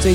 最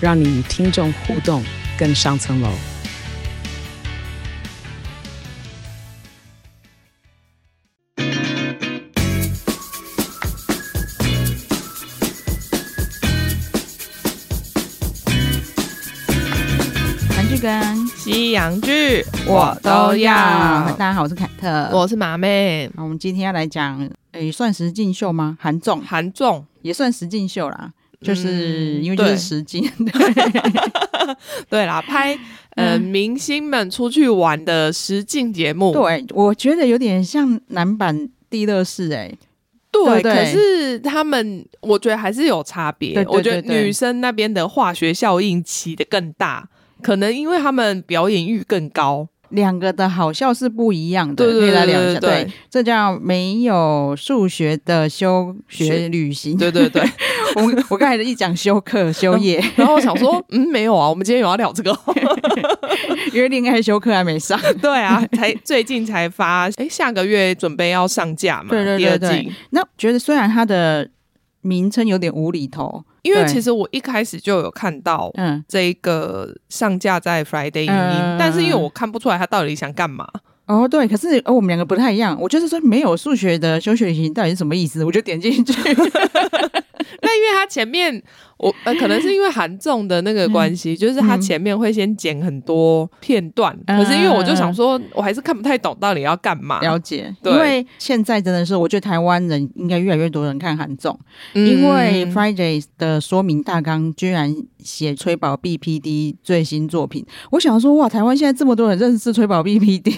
让你与听众互动更上层楼。韩剧跟西洋剧大家好，我是凯特。我是马妹，好我们今天要来讲，诶、算实境秀吗？韩综韩综也算实境秀啦，就是、嗯因为就是对实境， 对对啦，拍呃嗯明星们出去玩的实境节目，对，我觉得有点像男版地乐士、诶，对对对可是他们我觉得还是有差别对，对我觉得对对女生那边的化学效应起的更大，可能因为他们表演欲更高，两个的好笑是不一样的，对对可以对来对聊一下。对对对，这叫没有数学的休学学旅行。对对对。 我我刚才一讲休课、休 业，然后我想说，嗯，没有啊，我们今天有要聊 这个哦，因为恋爱休课还没上。对啊，才最近才发，哎，下个月准备要上架嘛，对对对第对二季。那觉得虽然它的名称有点无厘头，因为对其实我一开始就有看到嗯，这个上架在 Friday 影音，嗯但是因为我看不出来他到底想干嘛。哦，对，可是、哦、我们两个不太一样。我就是说，没有数学的休学旅行到底是什么意思？我就点进去， 但因为他前面我呃，可能是因为韩综的那个嗯关系，就是他前面会先剪很多片段，嗯可是因为我就想说，我还是看不太懂到底要干嘛。了解。 对因为现在真的是，我觉得台湾人应该越来越多人看韩综，嗯因为 Friday 的说明大纲居然写崔宝 BPD 最新作品。我想说，哇，台湾现在这么多人认识崔宝 BPD，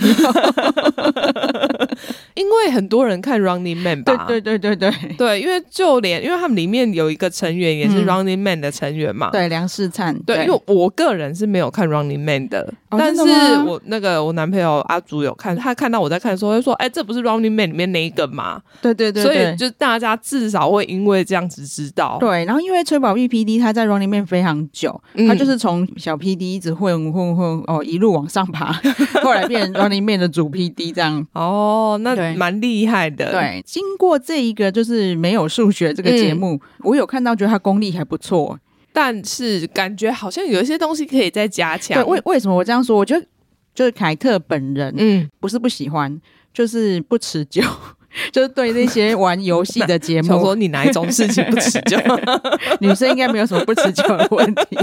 因为很多人看 Running Man 吧。对对对对对对对因为就连因为他们里面有一个成员也是嗯 Running Man 的成员嘛，对，梁世灿，啊对，因为我个人是没有看 Running Man 的，哦但真是的吗我那个我男朋友阿祖有看，他看到我在看的时候，他就说：“哎、这不是 Running Man 里面那一个吗？”对对对，所对以就大家至少会因为这样子知道。对，然后因为崔宝玉 PD 他在 Running Man 非常久，嗯他就是从小 PD 一直混混混哦，一路往上 爬，后来变成 Running Man 的主 PD 这样。哦，对那蛮厉害的。，对，经过这一个就是没有数学这个节目，嗯我有看到觉得他功力还不错。但是感觉好像有一些东西可以再加对，强。为为什么我这样说？我觉得就是凯特本人嗯，不是不喜欢，就是不持久。 就是对那些玩游戏的节 想目说，你哪一种事情不持久？ 女生应该没有什么不持久的问 题。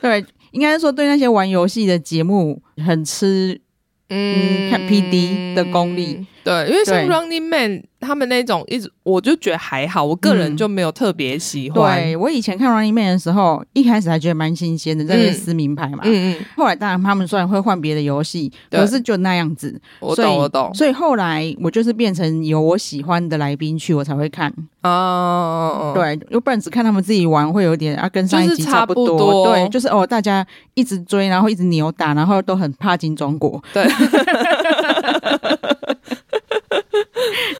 对，应该说对那些玩游戏的节目很吃嗯看 PD 的功力。对，因为像对 Running Man 他们那种一直，我就觉得还好，我个人嗯就没有特别喜欢。对我以前看 Running Man 的时候，一开始还觉得蛮新鲜的，在那边嗯撕名牌嘛。嗯嗯，后来当然他们虽然会换别的游戏，对可是就那样子。我所以懂我懂。所以后来我就是变成有我喜欢的来宾去，我才会看。哦，对，要不然只看他们自己玩会有点啊，跟上一就是集差差不不多。多对，就是哦，大家一直追，然后一直扭打，然后都很怕金钟国。 对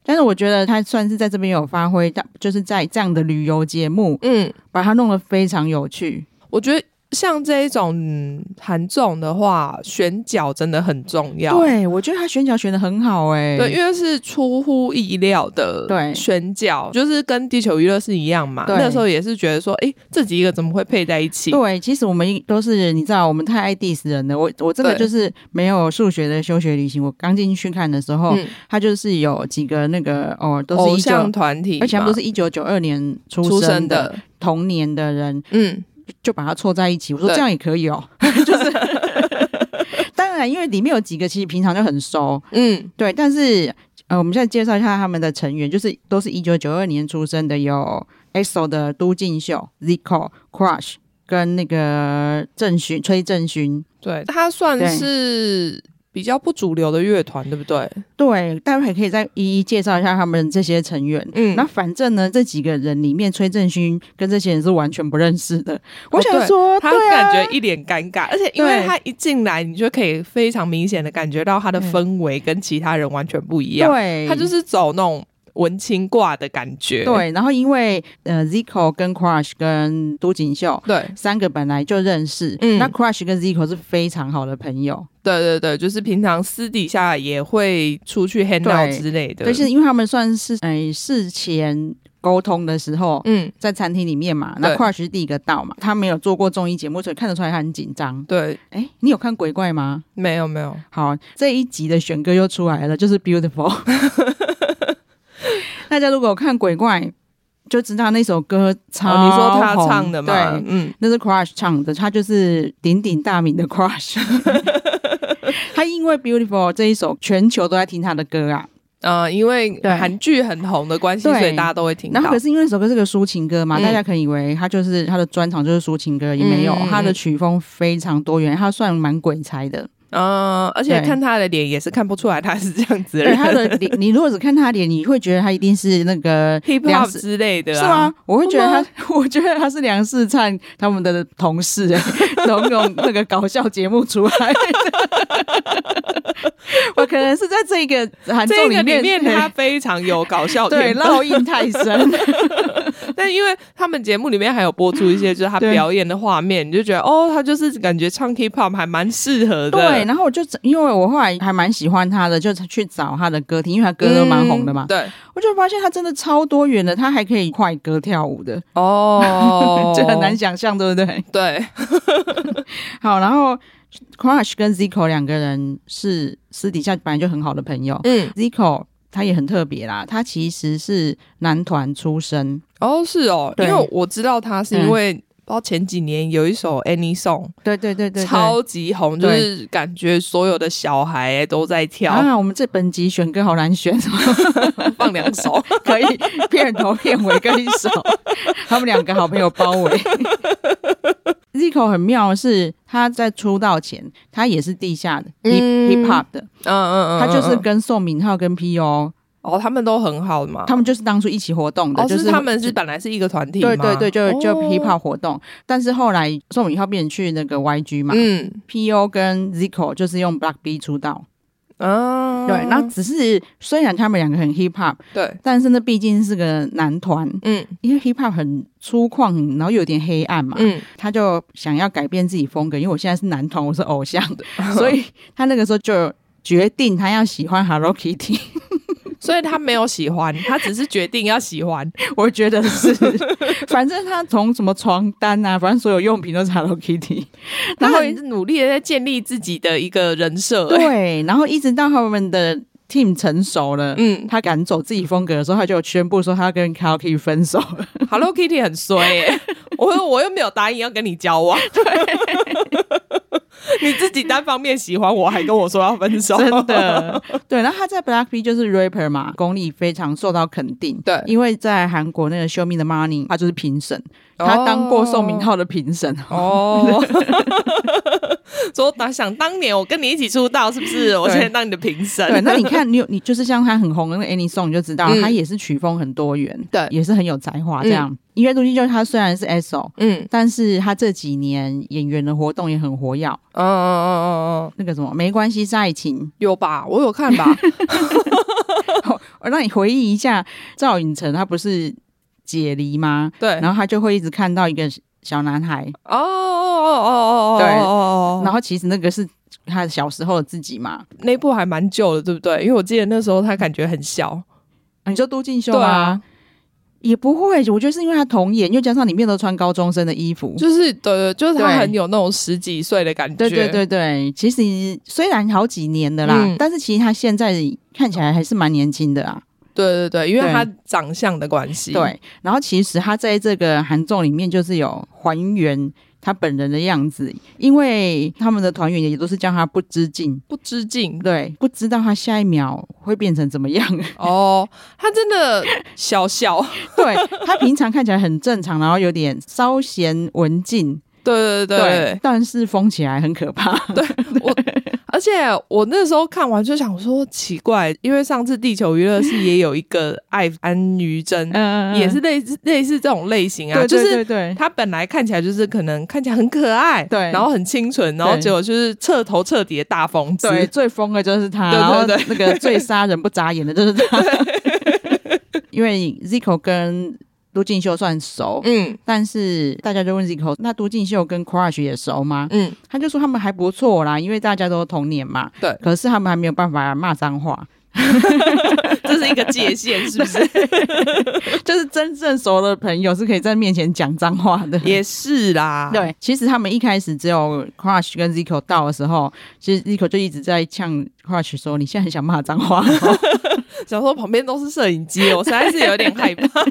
但是我觉得他算是在这边有发挥，到，就是在这样的旅游节目嗯，把它弄得非常有趣。我觉得像这一种嗯韩综的话，选角真的很重要。对，我觉得他选角选的很好哎、对，因为是出乎意料的对选角，就是跟地球娱乐是一样嘛。对那时候也是觉得说，哎，这几个怎么会配在一起？哦对，其实我们都是你知道，我们太爱 diss 人了。我我真的对就是没有数学的休学旅行。我刚进去看的时候，嗯，他就是有几个那个哦，都偶是一九像，团体嘛，而且他们都是一九九二年出出生生的的，同年的人，嗯，就把它凑在一起。我说对这样也可以哦， 就是。当然，因为里面有几个其实平常就很熟，嗯，对，但是呃，我们现在介绍一下他们的成员，就是都是一九九二年出生的，有 EXO 的都敬秀、Zico、Crush 跟那个郑勋、崔正勋。对，他算对是比较不主流的乐团，对不对？对，待会还可以再一一介绍一下他们这些成员。嗯那反正呢，这几个人里面，崔振勋跟这些人是完全不认识的。我哦想对说，他对啊感觉一脸尴尬，而且因为对他一进来，你就可以非常明显的感觉到他的嗯氛围跟其他人完全不一样，对，他就是走那种文青挂的感觉，对。然后因为呃，Zico 跟 Crush 跟都锦秀。对三个本来就认识，嗯那 Crush 跟 Zico 是非常好的朋友，对对对，就是平常私底下也会出去 hang out 对之类的，但是因为他们算是哎、事前沟通的时候，嗯，在餐厅里面嘛，那对 Crush 是第一个到嘛，他没有做过综艺节目，所以看得出来他很紧张。对，哎、你有看鬼怪吗？没有没有，好，这一集的选歌又出来了，就是 Beautiful。大家如果有看鬼怪，就知道那首歌超、哦，你说他唱的嘛，对，嗯，那是 Crush 唱的，他就是鼎鼎大名的 Crush。他因为 Beautiful 这一首，全球都在听他的歌啊。呃，因为对韩剧很红的关系，对所以大家都会听到然后。可是因为那首歌是个抒情歌嘛，嗯大家可能以为他就是他的专场就是抒情歌，也没有，嗯嗯嗯他的曲风非常多元，他算蛮鬼才的。嗯、而且对看他的脸也是看不出来他是这样子对的人他 的脸，你如果只看他的脸，你会觉得他一定是那个 hip 梁 hop 思之类的、啊，是吗？？我会觉得会他， 我觉得他是梁世灿他们的同事、 欸，从从那个搞笑节目出来 的我可能是在这 个韩这综个里面面他非常有 搞笑对天分，烙印太深，但因为他们节目里面还有播出一些就是他对表演的画面，你就觉得哦，他就是感觉唱 hip hop 还蛮适合的，对。，然后我就因为我后来还蛮喜欢他的，就去找他的歌听，因为他歌都蛮红的嘛，嗯对，我就发现他真的超多元的，他还可以快歌跳舞的， 哦这很难，想象，对不对？ 对，好，然后 Crush 跟 Zico 两个人是私底下本来就很好的朋友。嗯， Zico 他也很特别啦，他其实是男团出身，哦，是哦，因对为我知道他是因嗯为。包括前几年有一首《Any Song》对对对对超级红，就对是感觉所有的小孩都在跳，啊！我们这本集选歌好难选， 放两首。 可以片头片尾跟一首，他们两个好朋友包 围。Zico 很妙的是，他在出道前，他也是地下的 hip、嗯 hip hop 的，嗯嗯嗯，他就是嗯嗯跟宋敏浩跟 P.O. 哦，他们都很好嘛。他们就是当初一起活动的，哦，就是是他们是本来是一个团体吗，对对对，就就哦 hip hop 活动，但是后来宋雨浩变成去那个 YG 嘛、嗯 p o 跟 Zico 就是用 Black B 出道，啊，对，然后只是虽然他们两个很 hip hop，对，但是那毕竟是个男团，嗯因为 hip hop 很粗犷，然后有点黑暗嘛，嗯，他就想要改变自己风格，因为我现在是男团，我是偶像， 所以他那个时候就决定他要喜欢 Hello Kitty， 所以他没有喜欢，他只是决定要喜 欢，我觉得 是，反正他从什么床单啊，反正所有用品都是 Hello Kitty，然然后后努力的在建立自己的一个人设。欸，对，然后一直到他们的 team 成熟了，嗯他赶走自己风格的时候，他就宣布说他要跟 Kalki 分手了。 ，Hello Kitty 很衰欸， 我又我又没有答应要跟你交往， 你自己单方面喜欢我，还跟我说要分手，真的，对。然后他在 Blackpink 就是 rapper 嘛，功力非常受到肯定。对因为在韩国那个 Show Me the Money，他就是评审，他当过宋明浩的评审。 哦，说当想当年我跟你一起出道，是不是？我现在当你的评审， 对，那你看，你有你就是像他很红的那个 Any Song，你就知道、嗯他也是曲风很多元，对也是很有才华。这样、音乐中心就是他虽然是 SO，嗯但是他这几年演员的活动也很活跃，嗯嗯嗯嗯嗯，那个什么，没关系是爱情。 有吧？我有看吧？我哦让你回忆一下，赵寅成他不是解离吗？ 对，然后他就会一直看到一个小男孩，哦哦哦哦哦哦，对哦，然后其实那个是他小时候的自己嘛。那部还蛮旧的，对不对？因为我记得那时候他感觉很小，啊你说都敬秀哎对啊，，也不会，我觉得是因为他童颜，又加上里面都穿高中生的衣服。就是对对，就是他对很有那种十几岁的感觉，对对对对，其实虽然好几年的啦，嗯但是其实他现在看起来还是蛮年轻的啊。对对对，因为对他长相的关系，对，然后其实他在这个韩综里面就是有还原他本人的样子，因为他们的团员也都是叫他不知进，不知进。对，不知道他下一秒会变成怎么样。哦，他真的小小， 对他平常看起来很正常，然后有点稍显文静，对对对，但是封起来很可怕。对，而且我那时候看完就想说奇怪，因为上次地球娱乐系也有一个艾安于真，嗯也是类似类似这种类型啊，对就对对是对他本来看起来就是可能看起来很可爱，对然后很清纯，然后对结果就是彻头彻底的大疯子，对，最疯的就是他，对然后对那个最杀人不眨眼的就是他。 因为 Zico 跟都敬秀算熟，嗯但是大家就问 Zico，那都敬秀跟 Crush 也熟吗？嗯，他就说他们还不错啦，因为大家都童年嘛。对可是他们还没有办法骂脏话， 这是一个界限，是不是？就是真正熟的朋友是可以在面前讲脏话的。也是啦，对，其实他们一开始只有 Crush 跟 Zico 到的时候，其实 Zico 就一直在呛 Crush 说：“你现在很想骂脏话哦、想说旁边都是摄影机，哦我实在是有点害怕，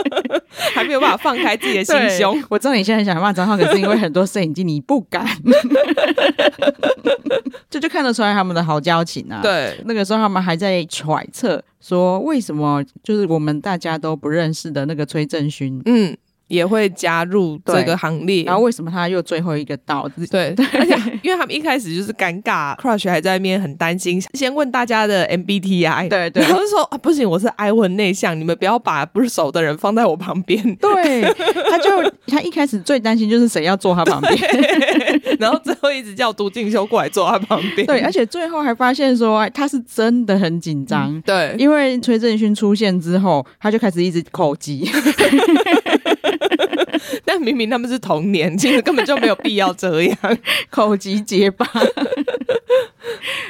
还没有办法放开自己的心对胸。。我知道你现在很想骂脏话，可是因为很多摄影机你不敢， 这就看得出来他们的好交情啊。，对，那个时候他们还在揣测说，为什么就是我们大家都不认识的那个崔正勋，嗯，也会加入这对个行列。然后为什么他又最后一个到？对，而且因为他们一开始就是尴尬，Crush 还在那边很担心，先问大家的 MBTI，对对。然后就说啊不行，我是 I 混内向，你们不要把不熟的人放在我旁边 对，他就他一开始最担心就是谁要坐他旁边，然后最后一直叫都进修过来坐他旁边。对，而且最后还发现说哎他是真的很紧张，对，因为崔正勋出现之后，他就开始一直口急，但明明他们是同年，其实根本就没有必要这样。 口急结 巴。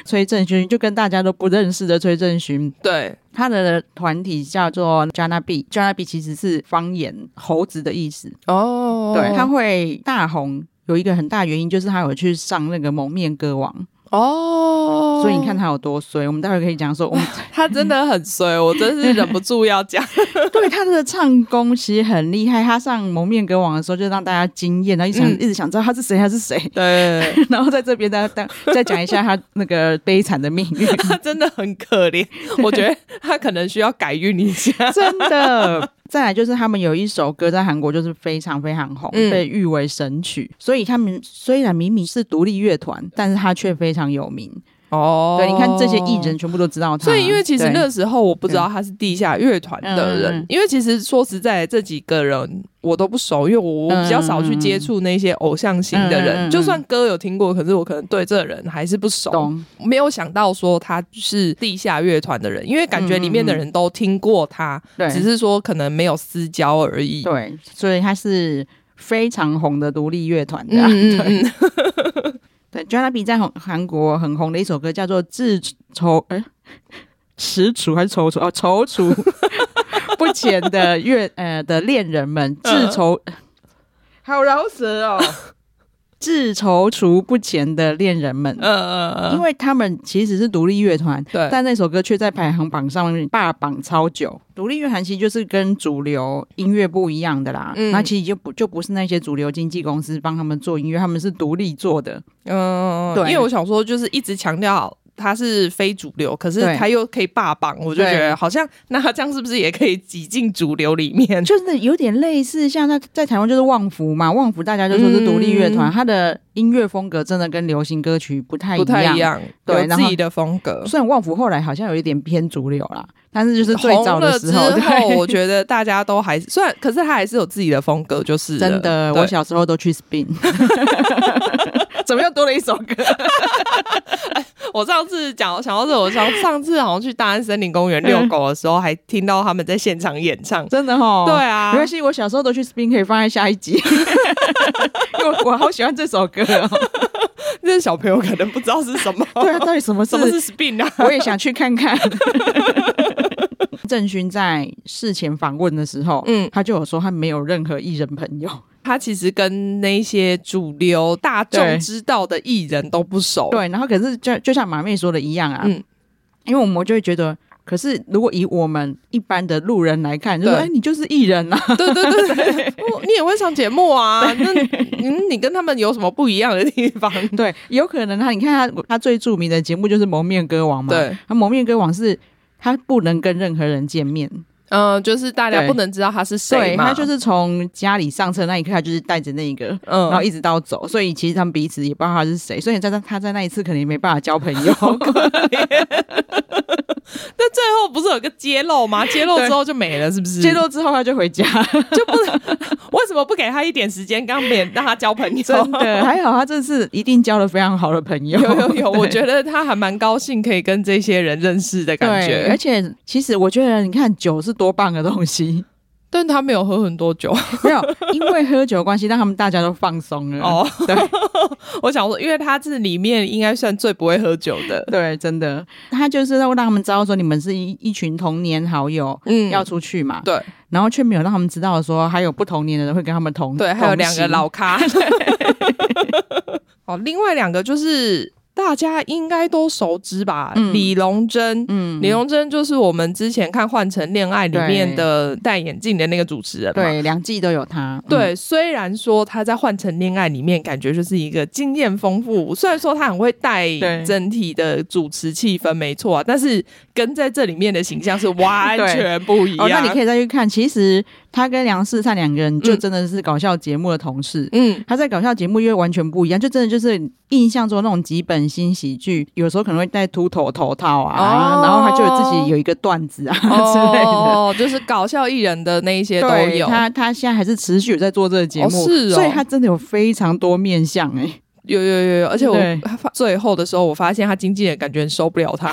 崔正勋就跟大家都不认识的崔正勋，对，他的团体叫做 Jana B，Jana B 其实是方言猴子的意思。哦对，他会大红，有一个很大原因就是他有去上那个蒙面歌王，哦，所以你看他有多衰。我们待会可以讲说，我们他真的很衰，我真是忍不住要 讲。对他的唱功其实很厉害。他上蒙面歌王的时候就让大家惊艳，然后一直想、嗯一直想知道他是谁，他是谁。 对，然后在这边再 再再讲一下他那个悲惨的命 运，他真的很可怜，我觉得他可能需要改运一下。 真的。再来就是他们有一首歌在韩国就是非常非常红，嗯被誉为神曲，所以他们虽然明明是独立乐团，但是他却非常有名。哦对，你看这些艺人。全部都知道他，所以，因为其实嗯对嗯那时候我不知道他是地下乐团的嗯嗯人，嗯因为其实说实在，这几个人我都不熟，因为我我比较少去接触那些偶像型嗯的嗯嗯人，嗯就算歌有听过，可是我可能对这人还是不熟。懂没有想到说他是地下乐团的人，因为感觉里面的人都听过他，对，只是说可能没有私交而已。对，所以他是非常红的独立乐团的啊、嗯嗯嗯，对 j a n a b 在红韩国很红的一首歌叫做《自愁》，哎，踟蹰还是踌躇？哦，踌躇不前的乐呃的恋人们，自嗯踌、好饶舌哦，自踌躇不前的恋人们。呃，因为他们其实是独立乐团，对但那首歌却在排行榜上面霸榜超久。独立乐团其实就是跟主流音乐不一样的啦，嗯那其实就不就不是那些主流经纪公司帮他们做音乐，他们是独立做的。嗯，对因为我想说，就是一直强调它是非主流，可是对它又可以霸榜，我就觉对得好像那它这样是不是也可以挤进主流里面？就是有点类似，像在在台湾就是旺福嘛，旺福大家就说是独立乐团，嗯它的音乐风格真的跟流行歌曲不太不太一。样，对有然自后己的风格。虽然旺福后来好像有一点偏主流啦，但是就是最早红的了时之候，后，对 我觉得大家都还是虽然，可是他还是有自己的风格，就是了真的，对我小时候都去 spin，怎么又多了一首歌？我上次讲想到这，我上上次好像去大安森林公园遛狗的时候，还听到他们在现场演唱。嗯真的哦哈，对啊没关系，我小时候都去 spin，可以放在下一集， 因为我好喜欢这首歌哦。那小朋友可能不知道是什么， 对啊，到底什么 什么事？是 spin 啊？ 我也想去看看。郑勋在事前访问的时候，嗯嗯，他就有说他没有任何艺人朋友，他其实跟那些主流大对众知道的艺人都不熟。对，然后可是就就像马妹说的一样啊，嗯因为我们就会觉得。可是，如果以我们一般的路人来看，就说：“对哎，你就是艺人 啊，对对对对，我你也会上节目啊？那嗯，你跟他们有什么不一样的地方？对，有可能他，啊你看他，他最著名的节目就是《蒙面歌王》嘛。对，他《蒙面歌王》是他不能跟任何人见面，嗯，就是大家对不能知道他是谁对嘛，他就是从家里上车那一刻，他就是带着那个，嗯然后一直到走，所以其实他们彼此也不知道他是谁，所以在他他在那一次可能也没办法交朋 友。那最后不是有个揭露吗？揭露之后就没了，是不是？揭露之后他就回家，为什么不给他一点时间，刚免让他交朋友？真的 还好，他这次一定交了非常好的朋友。 有有有，我对觉得他还蛮高兴可以跟这些人认识的感对，而觉。且其实我觉得，你看酒是多棒的东西， 但他没有喝很多酒没有因为喝酒的关系，让他们大家都放松了。哦，嗯对， 我想说，因为他是里面应该算最不会喝酒的。对，真的，他就是要让他们知道说，你们是一一群童年好友。嗯要出去嘛，对然后却没有让他们知道说还有不同年的人会跟他们同对，还有两个，同 老咖。哦，另外两个就是大家应该都熟知吧，嗯李龙珍。行嗯，李龙珍就是我们之前看《换乘恋爱》里面对的戴眼镜的那个主持人嘛，对两季都有他，嗯对，虽然说他在《换乘恋爱》里面感觉就是一个经验丰富，虽然说他很会带对整体的主持气氛，没错啊，但是跟在这里面的形象是完对全不一样。哦，那你可以，以再去看，其实他跟梁世灿两个人就嗯真的是搞笑节目的同事。嗯，他在搞笑节目因为完全不一样，就真的就是印象中那种几本新喜剧，有时候可能会戴秃头头套啊，哦然后他就有自己有一个段子啊、 之类的。哦，就是搞笑艺人的那一些都对有，他他现在还是持续有在做这个节目，哦是哦所以他真的有非常多面相哎、 有有有有，而且我对他发最后的时候，我发现他经纪人感觉很受不了 他。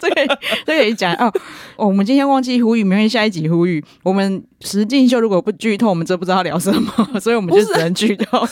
这个这个也讲哦哦，我们今天忘记呼吁，明天下一集呼吁。我们石进秀如果不剧透，我们真不知道聊什么， 所以我们就只能剧透。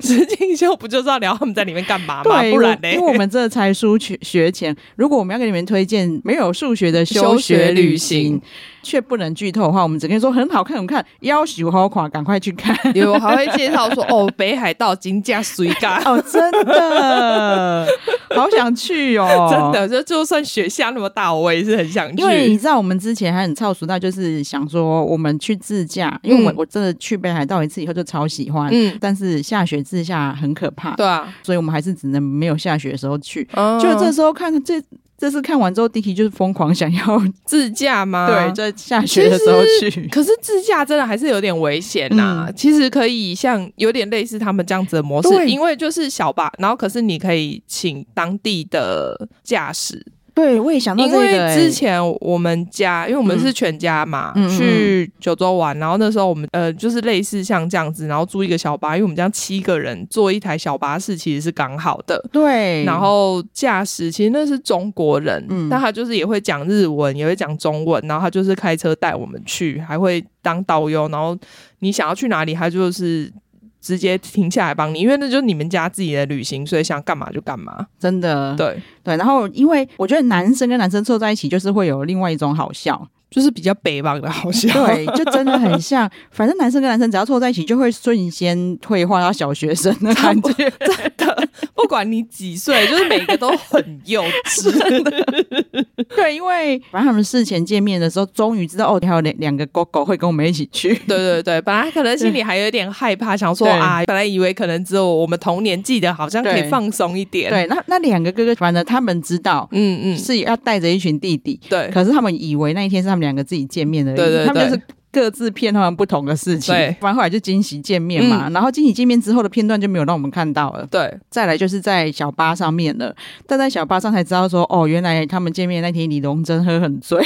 石进秀不就是要聊他们在里面干嘛吗？对，不然我啊呢？因为我们这才疏学学前，如果我们要给你们推荐没有数学的休学学旅旅行行，却不能剧透的话，我们只可以说很好看，我们看要求好垮，赶快去 看。有还会介绍 说哦，北海道金价水干。哦，真的， 好想去哦， 真。的，就就算雪下那么大，我也是很想去。因为你知道，我们之前还很超俗到，就是想说我们去自驾，因为我、嗯我真的去北海道一次以后就超喜欢，嗯但是下雪自驾很可怕，对啊，所以我们还是只能没有下雪的时候去。嗯就这时候看这这次看完之后，Dicky 就是疯狂想要、 自驾吗？对，在下雪的时候去。可是自驾真的还是有点危险呐、嗯其实可以像有点类似他们这样子的模式，对因为就是小吧，然后可是你可以请当地的驾驶，对，我也想到因这个、为欸之前我们家，因为我们是全家嘛，嗯嗯嗯去九州玩，然后那时候我们呃就是类似像这样子，然后租一个小巴，因为我们这样七个人坐一台小巴士其实是刚好的，对，然后驾驶其实那是中国人，嗯但他就是也会讲日文，也会讲中文，然后他就是开车带我们去，还会当导游，然后你想要去哪里，他就是。直接停下来帮你，因为那就是你们家自己的旅行，所以想干嘛就干嘛。真的对，对，然后因为我觉得男生跟男生凑在一起，就是会有另外一种好 笑，就是比较北方的，好像。对，就真的很像。反正男生跟男生只要凑在一起，就会瞬间退化到小学生的感觉。 不管你几岁，就是每个都很幼 稚。对，因为反正他们事前见面的时候，终于知道哦，还有两两个狗狗会跟我们一起去。对对对，本来可能心里还有一点害怕，想说对啊，本来以为可能只有我们同年纪的，好像可以对放松一点。，对，那那两个哥哥，反正他们知道。嗯嗯，是要带着一群弟弟，对可是他们以为那一天是他们两个自己见面的，对对他们对就是各自片他们不同的事情，对嗯反正后来就惊喜见面嘛，然后惊喜见面之后的片段就没有让我们看到了，对，再来就是在小巴上面了，但在小巴上才知道说，哦，原来他们见面那天李荣珍喝很醉，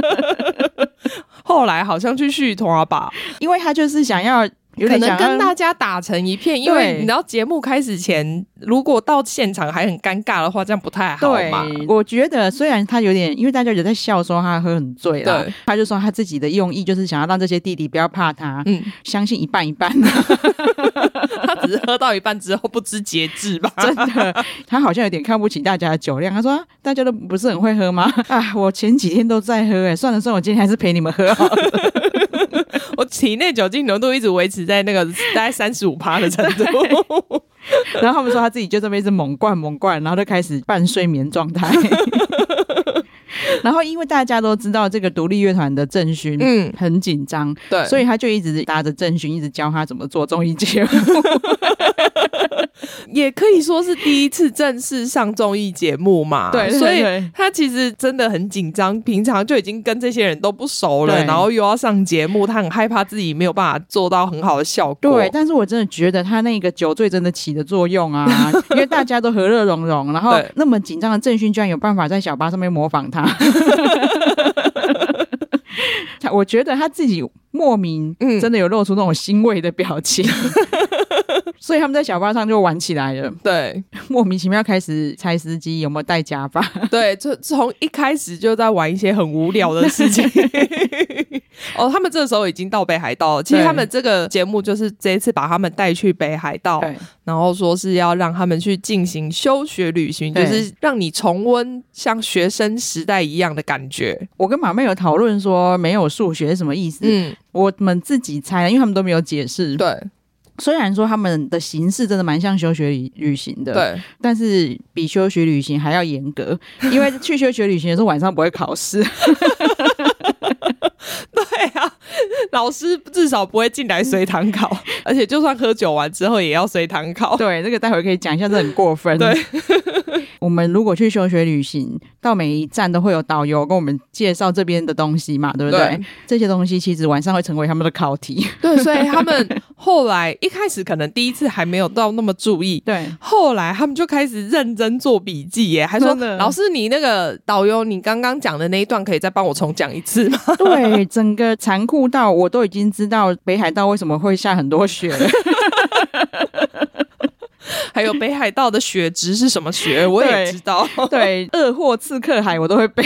后来好像去续团吧，因为他就是想要啊有可点能想跟要大家打成一片，因为对你知道节目开始前，如果到现场还很尴尬的话，这样不太好对嘛。，我觉得虽然他有点，因为大家有在笑说他喝很醉了对，他就说他自己的用意就是想要让这些弟弟不要怕他，嗯，相信一半一半， 他只是喝到一半之后不知节制 吧？真的，他好像有点看不起大家的酒量。他说、啊大家都不是很会喝 吗？啊，我前几天都在喝、哎，算了算了，我今天还是陪你们 喝好了。我体内酒精浓度一直维持在那个大概三十五趴的程 度。然后他们 说他自己就这么一直猛灌猛灌，然后就开始半睡眠状态。然后因为大家都知道这个独立乐团的郑勋嗯，很紧张，对，所以他就一直搭着郑勋，一直教他怎么做综艺节目。也可以说是第一次正式上综艺节目嘛，对对所以对他其实真的很紧张，平常就已经跟这些人都不熟了，对然后又要上节目，他很害怕自己没有办法做到很好的效果。对，但是我真的觉得他那个酒醉真的起的作用 啊，因为大家都和乐融融，然后对那么紧张的郑勋居然有办法在小巴上面模仿他， 他我觉得他自己莫名嗯真的有露出那种欣慰的表 情。所以他们在小巴上就玩起来了，对莫名其妙开始猜司机有没有戴假发，对，就从一开始就在玩一些很无聊的事情。 哦，他们这时候已经到北海道了。其实对他们这个节目就是这一次把他们带去北海道，对然后说是要让他们去进行休学旅行，就对是让你重温像学生时代一样的感觉。我跟马妹有讨论说没有数学是什么意思，嗯，我们自己猜，因为他们都没有解释。对虽然说他们的形式真的蛮像休学旅旅行的，， 对但是比休学旅行还要严格，因为去休学旅行的时候晚上不会考试，对啊！老师至少不会进来随堂考， 而且就算喝酒完之后也要随堂考。对，这个待会可以讲一下，这很过分。哦对， 我们如果去休学旅行，到每一站都会有导游跟我们介绍这边的东西嘛，对不对？对这些东西其实晚上会成为他们的考题。对，所以他们后来一开始可能第一次还没有到那么注意，对，后来他们就开始认真做笔记耶，还说真的老师，你那个导游，你刚刚讲的那一段可以再帮我重讲一次吗？ 对，整个残酷到我都已经知道北海道为什么会下很多雪了。还有北海道的雪值是什么雪，我也对知道。对，恶货刺客海我都会背。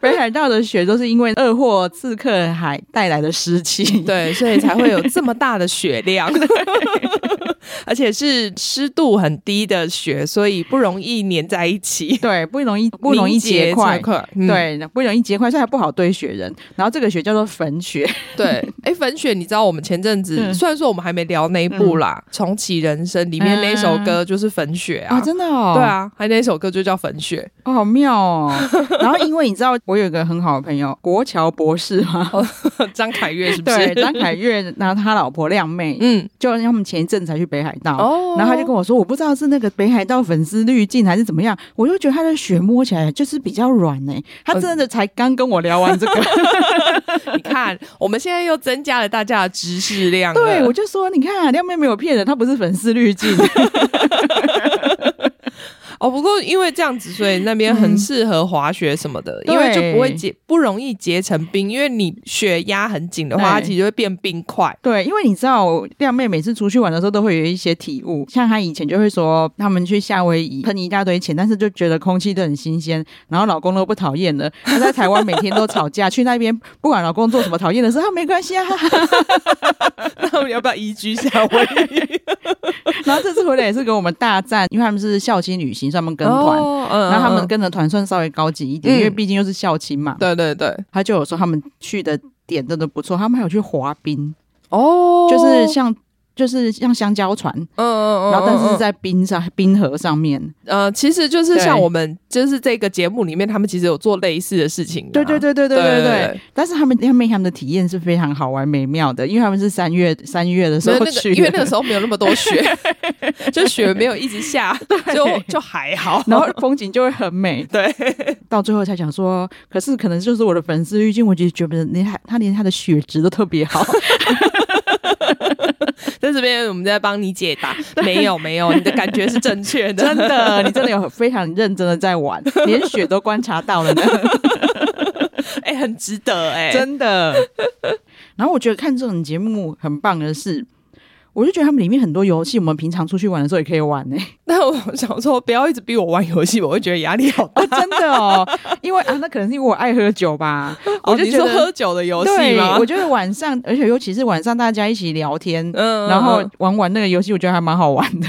北海道的雪都是因为恶货刺客海带来的湿气。对，所以才会有这么大的雪量， 而且是湿度很低的雪，所以不容易粘在一起，对，不容易不容易结块凝结。块。嗯对，不容易结块，所以还不好堆雪人。然后这个雪叫做粉雪， 对，哎，粉雪，你知道我们前阵子、嗯虽然说我们还没聊那一部啦，重启人生》里面那首歌就是粉雪啊。真的嗯哦对，啊，还那首歌就叫《粉雪哦好妙哦。然后因为你知道，我有一个很好的朋友，国桥博士嘛，》，张凯越是不 对，是？张凯越，然后他老婆靓妹， 嗯，就他们前一阵才去北海道，哦然后他就跟我说，我不知道是那个北海道粉丝滤镜还是怎么样，我就觉得他的雪摸起来就是比较软呢、他真的才刚跟我聊完这个，你看， 我们现在又增加了大家的知识量了。对我就说，你看、亮妹没有骗人，她不是粉丝滤镜，哦，不过因为这样子，所以那边很适合滑雪什么的，嗯对因为就不会结不容易结成冰，因为你雪压很紧的话，它对其实会变冰块。 对，因为你知道亮妹每次出去玩的时候都会有一些体悟，像她以前就会说，他们去夏威夷喷一大堆钱，但是就觉得空气都很新鲜，然后老公都不讨厌了，她在台湾每天都吵架，去那边不管老公做什么讨厌的事，她没关系啊，那我们要不要移居夏威夷？然后这次回来也是跟我们大战，因为他们是校亲旅行，所以他 们跟团。哦嗯然后他们跟跟的团算稍微高级一点，嗯因为毕竟又是校亲嘛。对对对，他就有说他们去的点真的不错，他们还有去滑冰，哦就是像就是像香蕉船，嗯嗯嗯，嗯然后但是是在在冰上冰河上面。呃，其实就是对像我们就是这个节目里面，他们其实有做类似的事情啊。对对对对对对对对对。但是他们他们他们的体验是非常好玩美妙的，因为他们是三月三月的时所以候那个，去的，因为那个时候没有那么多 雪，就雪没有一直下，就就还好。然后风景就会很美。对，到最后才想说，可是可能就是我的粉丝滤镜，我就觉得连他他连他的血质都特别好。在这边我们在帮你解答，没有没有，你的感觉是正确 的，真的，你真的有非常认真的在玩，连雪都观察到 了呢，哎、很值得哎、真的。然后我觉得看这种节目很棒的是，我就觉得他们里面很多游戏，我们平常出去玩的时候也可以玩 呢、但我想说，不要一直逼我玩游戏，我会觉得压力好大。哦，真的哦，因为啊，那可能是因为我爱喝酒吧，我就哦你觉说得。喝酒的游戏对吗？，我觉得晚上，而且尤其是晚上大家一起聊天，嗯然后嗯玩玩那个游戏，我觉得还蛮好玩 的。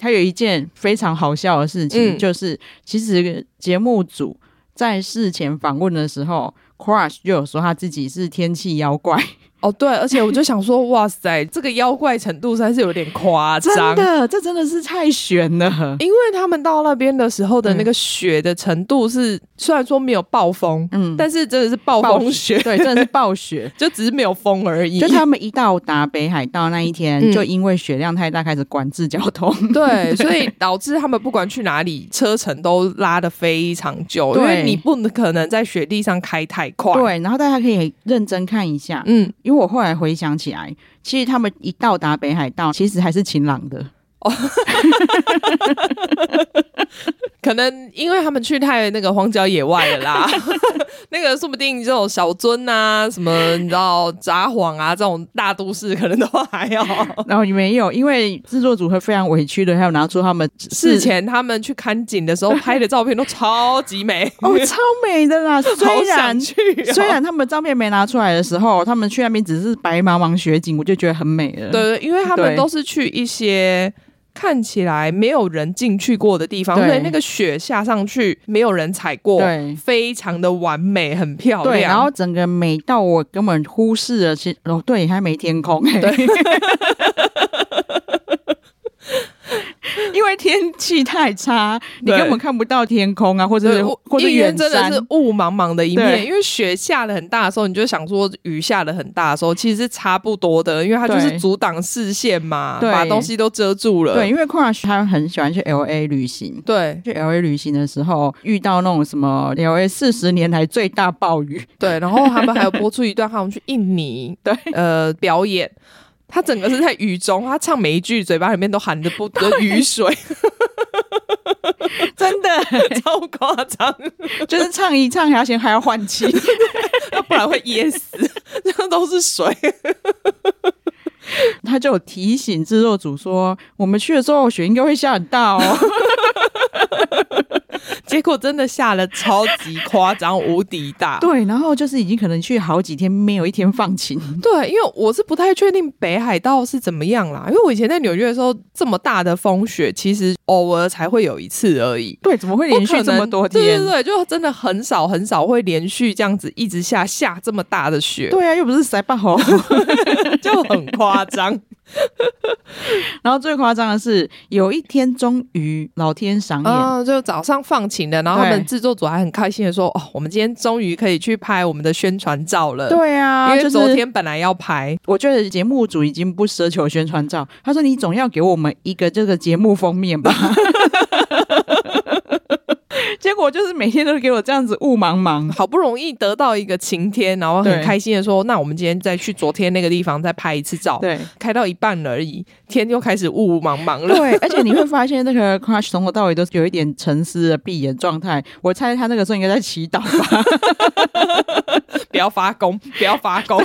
还有一件非常好笑的事情，嗯就是其实节目组在事前访问的时候。Crush 就有说他自己是天气妖怪，哦，对，而且我就 想说，哇塞，这个妖怪程度实在是有点夸真张，的，这真的是太悬了。因为他们到那边的时候的那个雪的程度是，虽然说没有暴风，嗯，但是真的是暴风雪，。对，真的是暴雪 就只是没有风而已。就他们一到达北海道那一天，嗯就因为雪量太大，开始管制交 通。 对，所以导致他们不管去哪里，车程都拉得非常久，因为对你不可能在雪地上开太快。，对，然后大家可以认真看一下，嗯，因为我后来回想起来，其实他们一到达北海道，其实还是晴朗的。可能因为他们去太那个荒郊野外 了啦，那个说不定这种小樽啊，什么你知道札幌啊这种大都市，可能都还好。 然后也没有，因为制作组会非常委屈的，还有拿出他们，事前他们去看景的时候拍的照片都超级美哦，超美的啦！ 好虽然想去、哦。虽然他们照片没拿出来的时候，他们去那边只是白茫茫雪景，我就觉得很美了。对对，因为他们对都是去一些看起来没有人进去过的地方，对所以那个雪下上去没有人踩过，对非常的完美，很漂亮。对，然后整个美到我根本忽视了其，哦，对，还没天空、欸，对， 因为天气太差，你对根本看不到天空啊，或者对是我或者一边远真的山是。雾茫茫的一面，对因为雪下的很大的时候，你就想说雨下的很大的时候，其实是差不多的，因为它就是对阻挡视线嘛，对把东西都遮住了。对，因为 Crush 他很喜欢去 L A 旅行。对去 L A 旅行的时候，遇到那种什么 L A 四十年来最大暴雨， 对，然后他们还有播出一段他们去印尼对呃表演，他整个是在雨中，他唱每一句嘴巴里面都含着不得雨水， 真的超夸张，就是唱一唱还要先还要换气， 要不然会噎死， 那都是水。他就有提醒制作组说，我们去的时候雪应该会下很大哦。 结果真的下了超级夸张，无敌大。 对，然后就是已经可能去好几天，没有一天放晴。对，因为我是不太确定北海道是怎么样啦，因为我以前在纽约的时候，这么大的风雪其实偶尔才会有一次而已。 对，怎么会不连续可这么能，多对天？对对，就真的很少很少会连续这样子一直下下这么大的雪，对啊，又不是塞巴猴。 就很夸张。然后最夸张的是，有一天终于老天赏眼， 啊、就早上放晴了，然后他对们制作组还很开心的说：“哦，我们今天终于可以去拍我们的宣传照了。”、对啊，因就为是昨天本来要拍，我觉得节目组已经不奢求宣传照，他说你总要给我们一个这个节目封面吧。 结果就是每天都给我这样子雾茫 茫，好不容易得到一个晴天，然后很对开心的说：“那我们今天再去昨天那个地方再拍一次照。”，对。开到一半而已，天又开始雾雾茫茫了。对，而且你会发现那个 Crush 从头到尾都是有一点沉思的闭眼状态。我猜他那个时候应该在祈祷吧。 不要发功，不要发 功。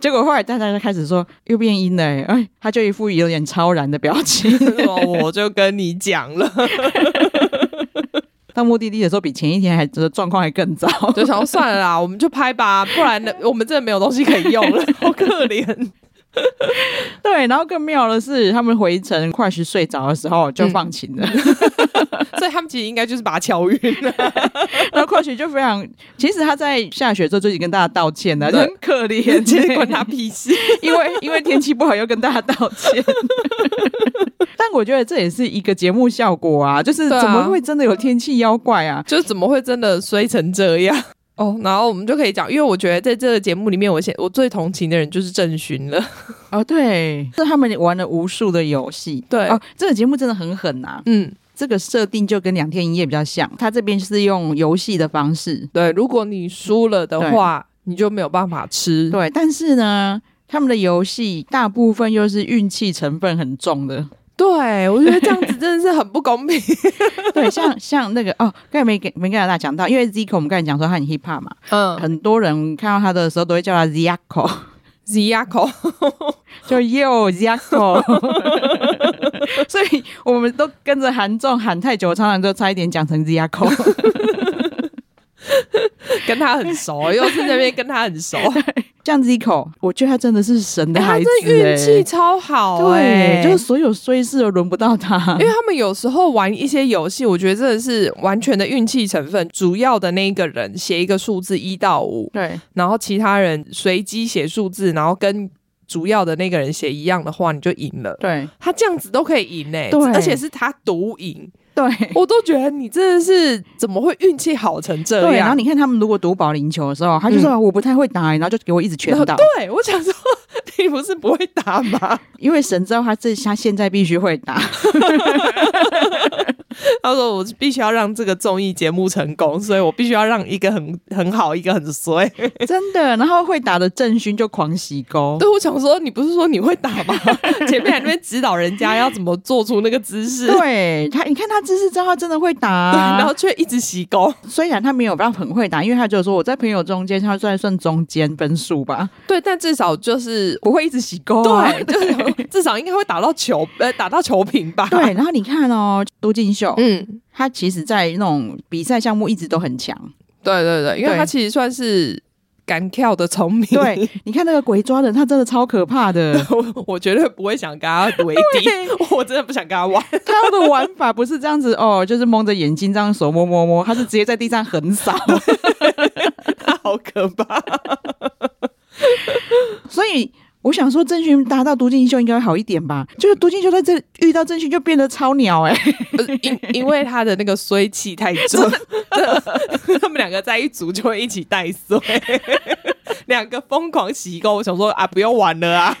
结果后来大家就开始说又变阴了、欸，哎，他就一副有点超然的表情。我就跟你讲了，到目的地的时候，比前一天还这状况还更糟。 就想说算了啦，我们就拍吧，不然呢，我们真的没有东西可以用 了，好可怜。对，然后更妙的是，他们回程 Crush 睡着的时候就放晴了，所以他们其实应该就是把啊它敲晕了。 然后 Crush 就非常，其实他在下雪之后就已经跟大家道歉了，就对很可 怜，其实关他屁事。因为因为天气不好，又跟大家道歉。但我觉得这也是一个节目效果啊，就是对啊怎么会真的有天气妖怪啊？就是怎么会真的衰成这样？哦，然后我们就可以讲，因为我觉得在这个节目里面，我现我最同情的人就是郑勋了。哦，对，这他们玩了无数的游戏，对哦，这个节目真的很狠呐、啊。嗯，这个设定就跟《两天一夜》比较像，他这边是用游戏的方式，对，如果你输了的话，你就没有办法吃。对，但是呢。他们的游戏大部分又是运气成分很重的， 对，我觉得这样子真的是很不公平。 对，像像那个哦，刚才没给没跟大家讲到，因为 Zico 我们刚才讲说他很 hip hop 嘛，嗯很多人看到他的时候都会叫他 Zico， ，Ziaco， 就 Yo Zico，所以我们都跟着韩仲喊太久，常常就差一点讲成 Zico。 跟他很熟，又是那边跟他很熟。降 Zico，我觉得他真的是神的哎、孩他子、这运气哎超好、对，哎就是所有衰事都轮不到他因。为他们有时候玩一些游戏，我觉得真的是完全的运气成分。主要的那一个人写一个数字一到五，对，然后其他人随机写数字，然后跟主要的那个人写一样的话，你就赢了。对，他这样子都可以赢诶、对而且是他独赢，对，我都觉得你真的是怎么会运气好成这样？嗯对。然后你看他们如果赌保龄球的时候，他就说、我不太会打，欸然后就给我一直然全后倒，对我想说，你不是不会打 吗？因为神知道他这他现在必须会 打。他说我必须要让这个综艺节目成功，所以我必须要让一个很很好，一个很 衰。真的，然后会打的郑勋就狂洗钩，对，我想说，你不是说你会打 吗？前面还在那边指导人家要怎么做出那个姿势，对，对他，你看他姿势知道他真的会打、啊，然后却一直洗钩。虽然他没有到很会打，因为他就说我在朋友中间，他算算中间分数 吧，对，但至少就是不会一直洗钩、啊。对， 就是至少应该会打到球，呃，打到球平吧。对，然后你看哦，都敬秀，嗯，他其实，在那种比赛项目一直都很强。对对对，因为对他其实算是敢跳的聪明。。对，你看那个鬼抓人，他真的超可怕的 我，我绝对不会想跟他为 敌，我真的不想跟他玩。他的玩法不是这样子哦，就是蒙着眼睛这样手摸摸摸，他是直接在地上横 扫。好可怕！所以我想说，郑勋打到都敬秀应该会好一点吧？就是都敬秀在这遇到郑勋就变得超鸟 哎、呃因因为他的那个衰气太重， 真的他们两个在一组就会一起带衰， 两个疯狂洗钩。我想说啊，不用玩了啊，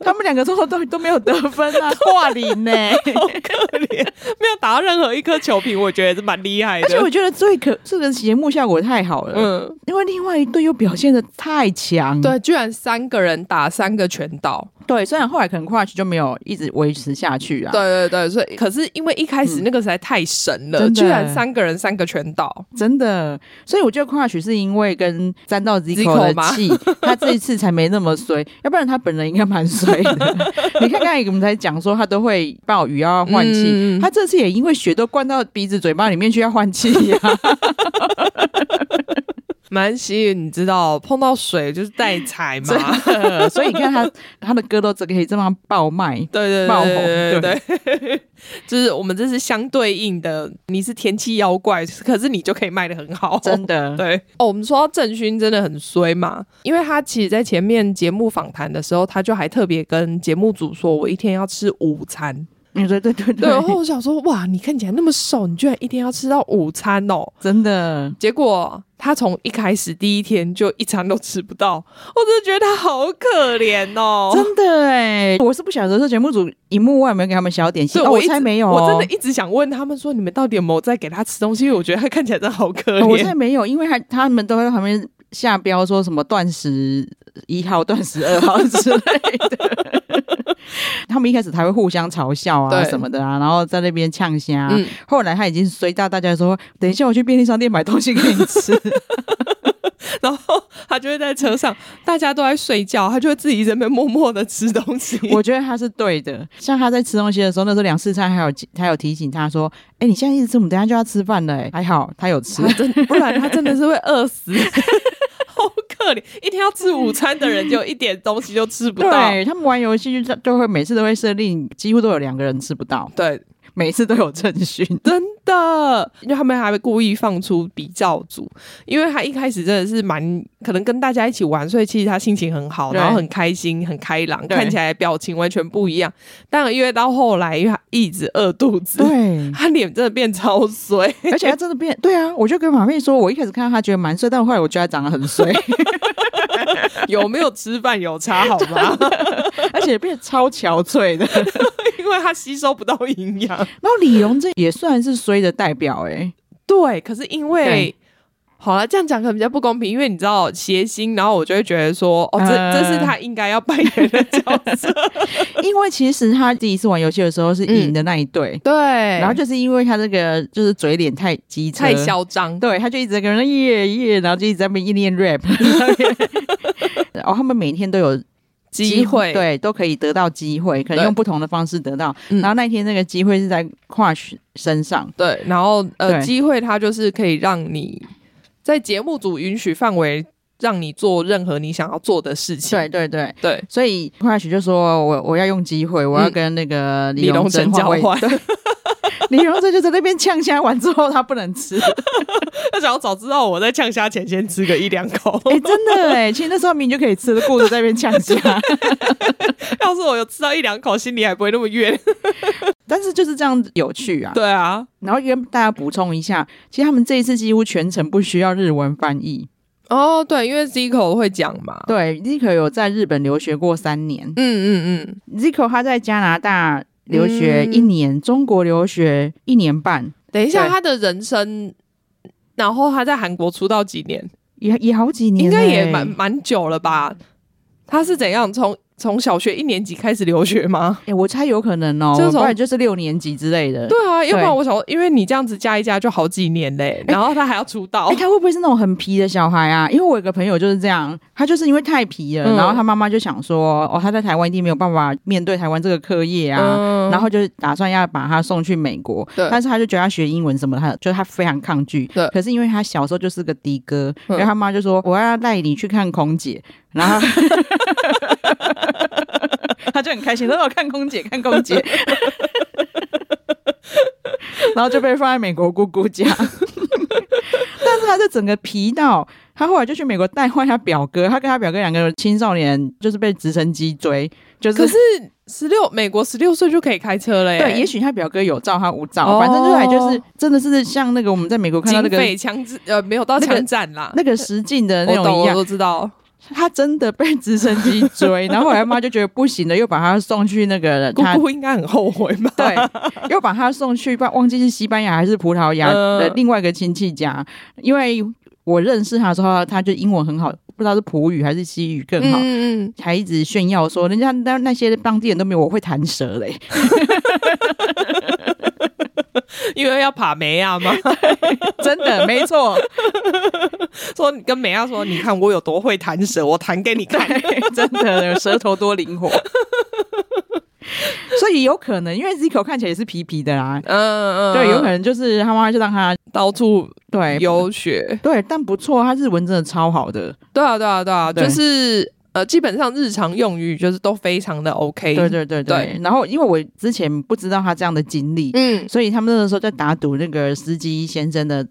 他们两个最后都都没有得分啊，挂零呢、好可怜，没有打到任何一颗球瓶，我觉得也是蛮厉 害而且我的。觉得最可这个节目效果太好了，嗯，因为另外一队又表现的太强，对，居然三个人打三个全倒，对，虽然后来可能 Crush 就没有一直维持下去啊，，对对对，所以嗯可是因为一开始那个实在太神了，真的居然三个人三个全倒，真的，所以我觉得 Crush 是因为跟沾到 Zico Zico 吗的气，他这一次才没那么衰，要不然他本人应该蛮衰的。 你看刚才我们才讲说他都会暴雨要换气，嗯他这次也因为血都灌到鼻子嘴巴里面去要换气呀、蛮吸引，你知道碰到水就是带财嘛，呃所以你看他他的歌都只可以这么爆卖。对对爆红对对对对， 就是我们这是相对应的，你是天气妖怪，可是你就可以卖的很好，真的， 对哦。我们说到郑勋真的很衰嘛，因为他其实在前面节目访谈的时候，他就还特别跟节目组说，我一天要吃午餐。嗯，对对对对，然哦后我想说，哇，你看起来那么瘦，你居然一天要吃到午餐哦。真的，结果他从一开始第一天就一餐都吃不到，我真的觉得他好可怜哦。真的哎，我是不晓得这节目组荧幕外有没有给他们小点心，对，哦、我我一直猜没有、哦，我真的一直想问他们说，你们到底有没有在给他吃东西？因为我觉得他看起来真的好可哦我怜猜。没有，因为他他们都在旁边下标说什么断食一号、断食二号之类的。 他们一开始还会互相嘲笑啊对什么的啊，然后在那边呛虾、嗯后来他已经随到大家说，等一下我去便利商店买东西给你吃。 然后他就会在车上，大家都在睡觉，他就会自己在那边默默的吃东西。我觉得他是对的。像他在吃东西的时候，那时候梁世灿还有还有提醒他说：“哎、你现在一直吃，我们等一下就要吃饭了、哎还好他有吃 他，真不然他真的是会饿死， 好可怜！一天要吃午餐的人，就一点东西都 吃不到。对他们玩游戏就就会每次都会设定，几乎都有两个人吃不到，对，每次都有正勋。真的，因为他们还会故意放出比较组，因为他一开始真的是蛮可能跟大家一起玩，所以其实他心情很好，对然后很开心、很开朗，对看起来表情完全不一样。但因为到后来，因为他一直饿肚子， 对，他脸真的变超 衰。而且他真的变，对啊，我就跟马妹说，我一开始看到他觉得蛮帅，但后来我觉得他长得很 衰，有没有吃饭有差好 吗？ 而且变得超憔悴的。因为他吸收不到营养。然后李荣这也算是衰的代表、哎，对，可是因为对。好了，这样讲可能比较不公平，因为你知道谐星，然后我就会觉得说，哦，这、呃这是他应该要扮演的角色，因为其实他第一次玩游戏的时候是赢的那一队。 对，然后就是因为他这个就是嘴脸太机车，太嚣张，对，他就一直在跟人家耶耶，然后就一直在那边一念 rap，然后他们每天都有机会，对，都可以得到机会，可能对用不同的方式得到。嗯然后那天那个机会是在 Crush 身上，对，然后呃，对机会它就是可以让你在节目组允许范围让你做任何你想要做的事情。对对对，对，所以 Crash 就说我我要用机会，我要嗯跟那个李荣荣珍珍交换位。换， 李荣珍就在那边呛虾完之后，他不能 吃。 他想要早知道我在呛虾前先吃个一两口。哎、真的哎，其实那时候明明就可以吃的，顾着在那边呛虾。 要是我有吃到一两口，心里还不会那么怨。但是就是这样子有趣啊。 对啊，然后跟大家补充一下，其实他们这一次几乎全程不需要日文翻译。哦，对，因为 Zico 会讲嘛。对，Zico 有在日本留学过三年嗯嗯，Zico 他在加拿大留学嗯一年，中国留学一年半，嗯，等一下，对他的人生，然后他在韩国出道几年，也也好几年应嘞、该也蛮蛮久了吧？他是怎样从从小学一年级开始留学吗？ 哎、我猜有可能哦、这种不然就是六年级之类的。对啊，要不然我想说，因为你这样子加一加就好几年嘞，然后他还要出道哎、，他会不会是那种很皮的小孩啊？因为我有个朋友就是这样，他就是因为太皮了，嗯然后他妈妈就想说，哦，他在台湾一定没有办法面对台湾这个课业啊，嗯然后就是打算要把他送去美国，对但是他就觉得他学英文什么，他就他非常抗拒。对可是因为他小时候就是个的哥，嗯然后他妈就说我要带你去看空姐，然 后 他他就很开心，说我看空姐，看空姐。然后就被放在美国姑姑家， 但是他这整个皮到，他后来就去美国带坏他表哥，他跟他表哥两个青少年就是被直升机追，就是可是十六美国十六岁就可以开车了耶，对，也许他表哥有照，他无照，哦反正就来就是真的是像那个我们在美国看到警那个匪枪支呃没有到那个枪战啦，那个实境的那我懂种一我样，都知道，他真的被直升机追，然后后来妈就觉得不行了，又把他送去那个姑他。姑应该很后悔 吧？对，又把他送去，不知道忘记是西班牙还是葡萄牙嗯的另外一个亲戚家，因为我认识他的时候，他就英文很好，不知道是葡语还是西语更好，嗯嗯，还一直炫耀说，人家那那些当地人都没有我会弹舌嘞，因为要爬梅亚嘛， 真的没错，说你跟梅亚说，你看我有多会弹舌，我弹给你看。对， 真的舌头多灵 活。所以有可能，因为 Zico 看起来也是皮皮的啦，嗯 嗯，对，有可能就是他妈妈就让他到处对游学。对，但不错，他日文真的超好的，对啊，对啊，对啊，对就是呃，基本上日常用语就是都非常的 OK。对，对对对。对然后因为我之前不知道他这样的经历，嗯，所以他们那个时候在打赌那个司机先生的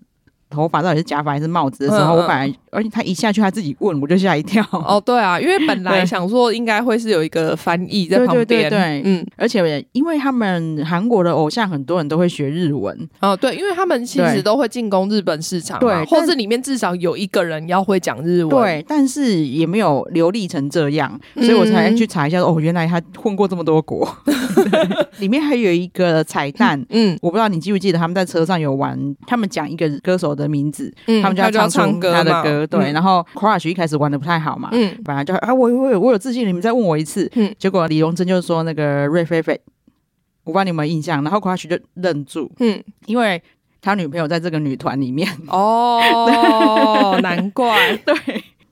头发到底是假发还是帽子的时候，嗯嗯我本来而且他一下去他自己问，我就吓一跳。哦，对啊，因为本来对想说应该会是有一个翻译在对旁对边，对对嗯，而且，因为他们韩国的偶像很多人都会学日文，哦，对，因为他们其对实都会进攻日本市场嘛，对或但是里面至少有一个人要会讲日文，，对，但是也没有流利成这样，嗯所以我才去查一下。哦，原来他混过这么多 国。里面还有一个彩蛋，嗯我不知道你记不记得，他们在车上有玩，他们讲一个歌手的名字，嗯，他们就他要就要唱唱出歌他的嘛歌。对，嗯然后 Crush 一开始玩的不太好嘛，嗯，本来就啊，我我有我有自信，你们再问我一次。嗯结果李荣珍就说那个瑞菲菲，我不知道你有没有印象，然后 Crush 就愣住，嗯，因为他女朋友在这个女团里 面。哦，难 怪，对。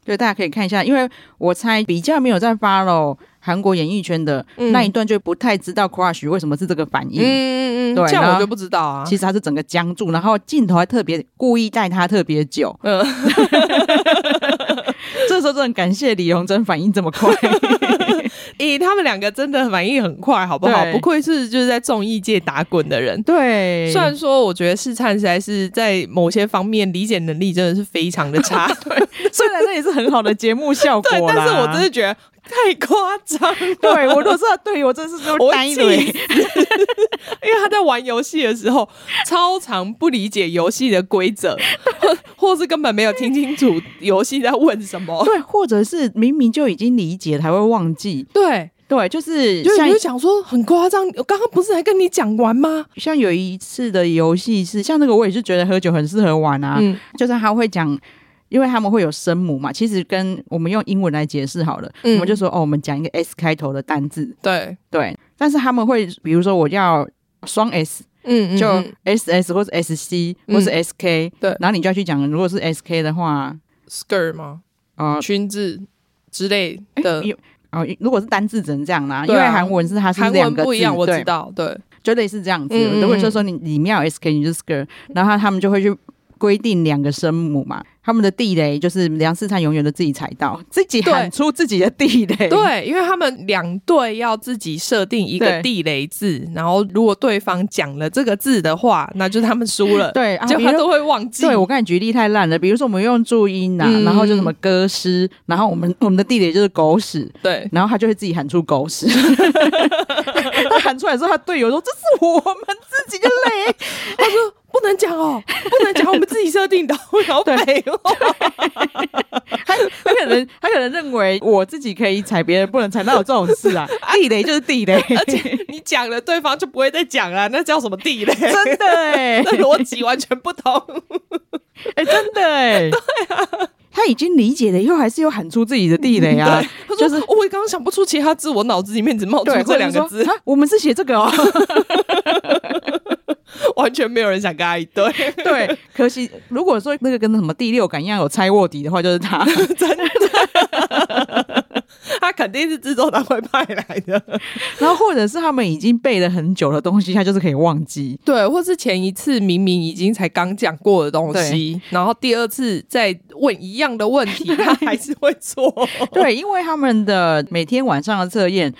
对，大家可以看一下，因为我猜比较没有在 follow 韩国演艺圈的、嗯那一段，就不太知道 Crush 为什么是这个反应。嗯嗯嗯，对这样然我后就不知道啊。其实他是整个僵住，然后镜头还特别故意带他特别 久。嗯这时候真的很感谢李荣珍反应这么 快。咦、他们两个真的反应很快，好不好？对不愧是就是在综艺界打滚的人。对虽然说，我觉得世灿实在是在某些方面理解能力真的是非常的 差，对，虽然这也是很好的节目效果但啦，是我真 的觉得太夸张了。对我如果知道对我真是就我呆会气了。死，因为他在玩游戏的时候，超常不理解游戏的规则，或或是根本没有听清楚游戏在问什么。 对，或者是明明就已经理解才会忘记，对， 对，就是就像你就想说很夸张，我刚刚不是才跟你讲完吗？像有一次的游戏是像那个，我也是觉得喝酒很适合玩啊，嗯就是他会讲。因为他们会有声母嘛，其实跟我们用英文来解释好了，嗯我们就说哦，我们讲一个 S 开头的单字，对，对。但是他们会，比如说我要双 S，嗯就就 SS 或是 SC 或是嗯 SK，、对然后你就要去讲，如果是 SK 的话， skirt 吗？呃，裙子之类的诶，有哦，如果是单字只能这样啦、因对啊为韩文是它是韩两文个字，不一样，我对知，道。对，就类似这样子。嗯嗯如果就嗯说你里面有 SK，你就是 skirt，然后他们就会去规定两个声母嘛，他们的地雷就是梁世灿永远都自己踩到，自己哦对喊出自己的地雷。对，因为他们两队要自己设定一个对地雷字，然后如果对方讲了这个字的话，那就是他们输了。对，啊、结比果如他都会忘记。对我刚才举例太烂了，比如说我们用注音呐、嗯然后就什么歌诗，然后我们我们的地雷就是狗屎，对然后他就会自己喊出狗屎。 他喊出来之后，他队友说：“这是我们自己的雷。他说不能讲哦，不能讲，我们自己设定的， 然后背哦。他”他可能他可能认为我自己可以踩，别人不能踩，哪有这种事啊？地雷就是地雷，而且你讲了，对方就不会再讲了，那叫什么地雷？真的哎、那逻辑完全不同。哎、 真的哎、对啊，他已经理解了，又还是又喊出自己的地雷 啊， 他说就哦是我刚刚想不出其他字，我脑子里面只冒出对这两个字，啊，我们是写这个哦， 完全没有人想跟他一对。 对，可惜如果说那个跟什么第六感一样有猜卧底的话，就是他， 他肯定是制作单位派来的。然后或者是他们已经背了很久的东西，他就是可以忘记，对，或是前一次明明已经才刚讲过的东西，然后第二次再问一样的问 题，他还是会错。对，因为他们的每天晚上的测验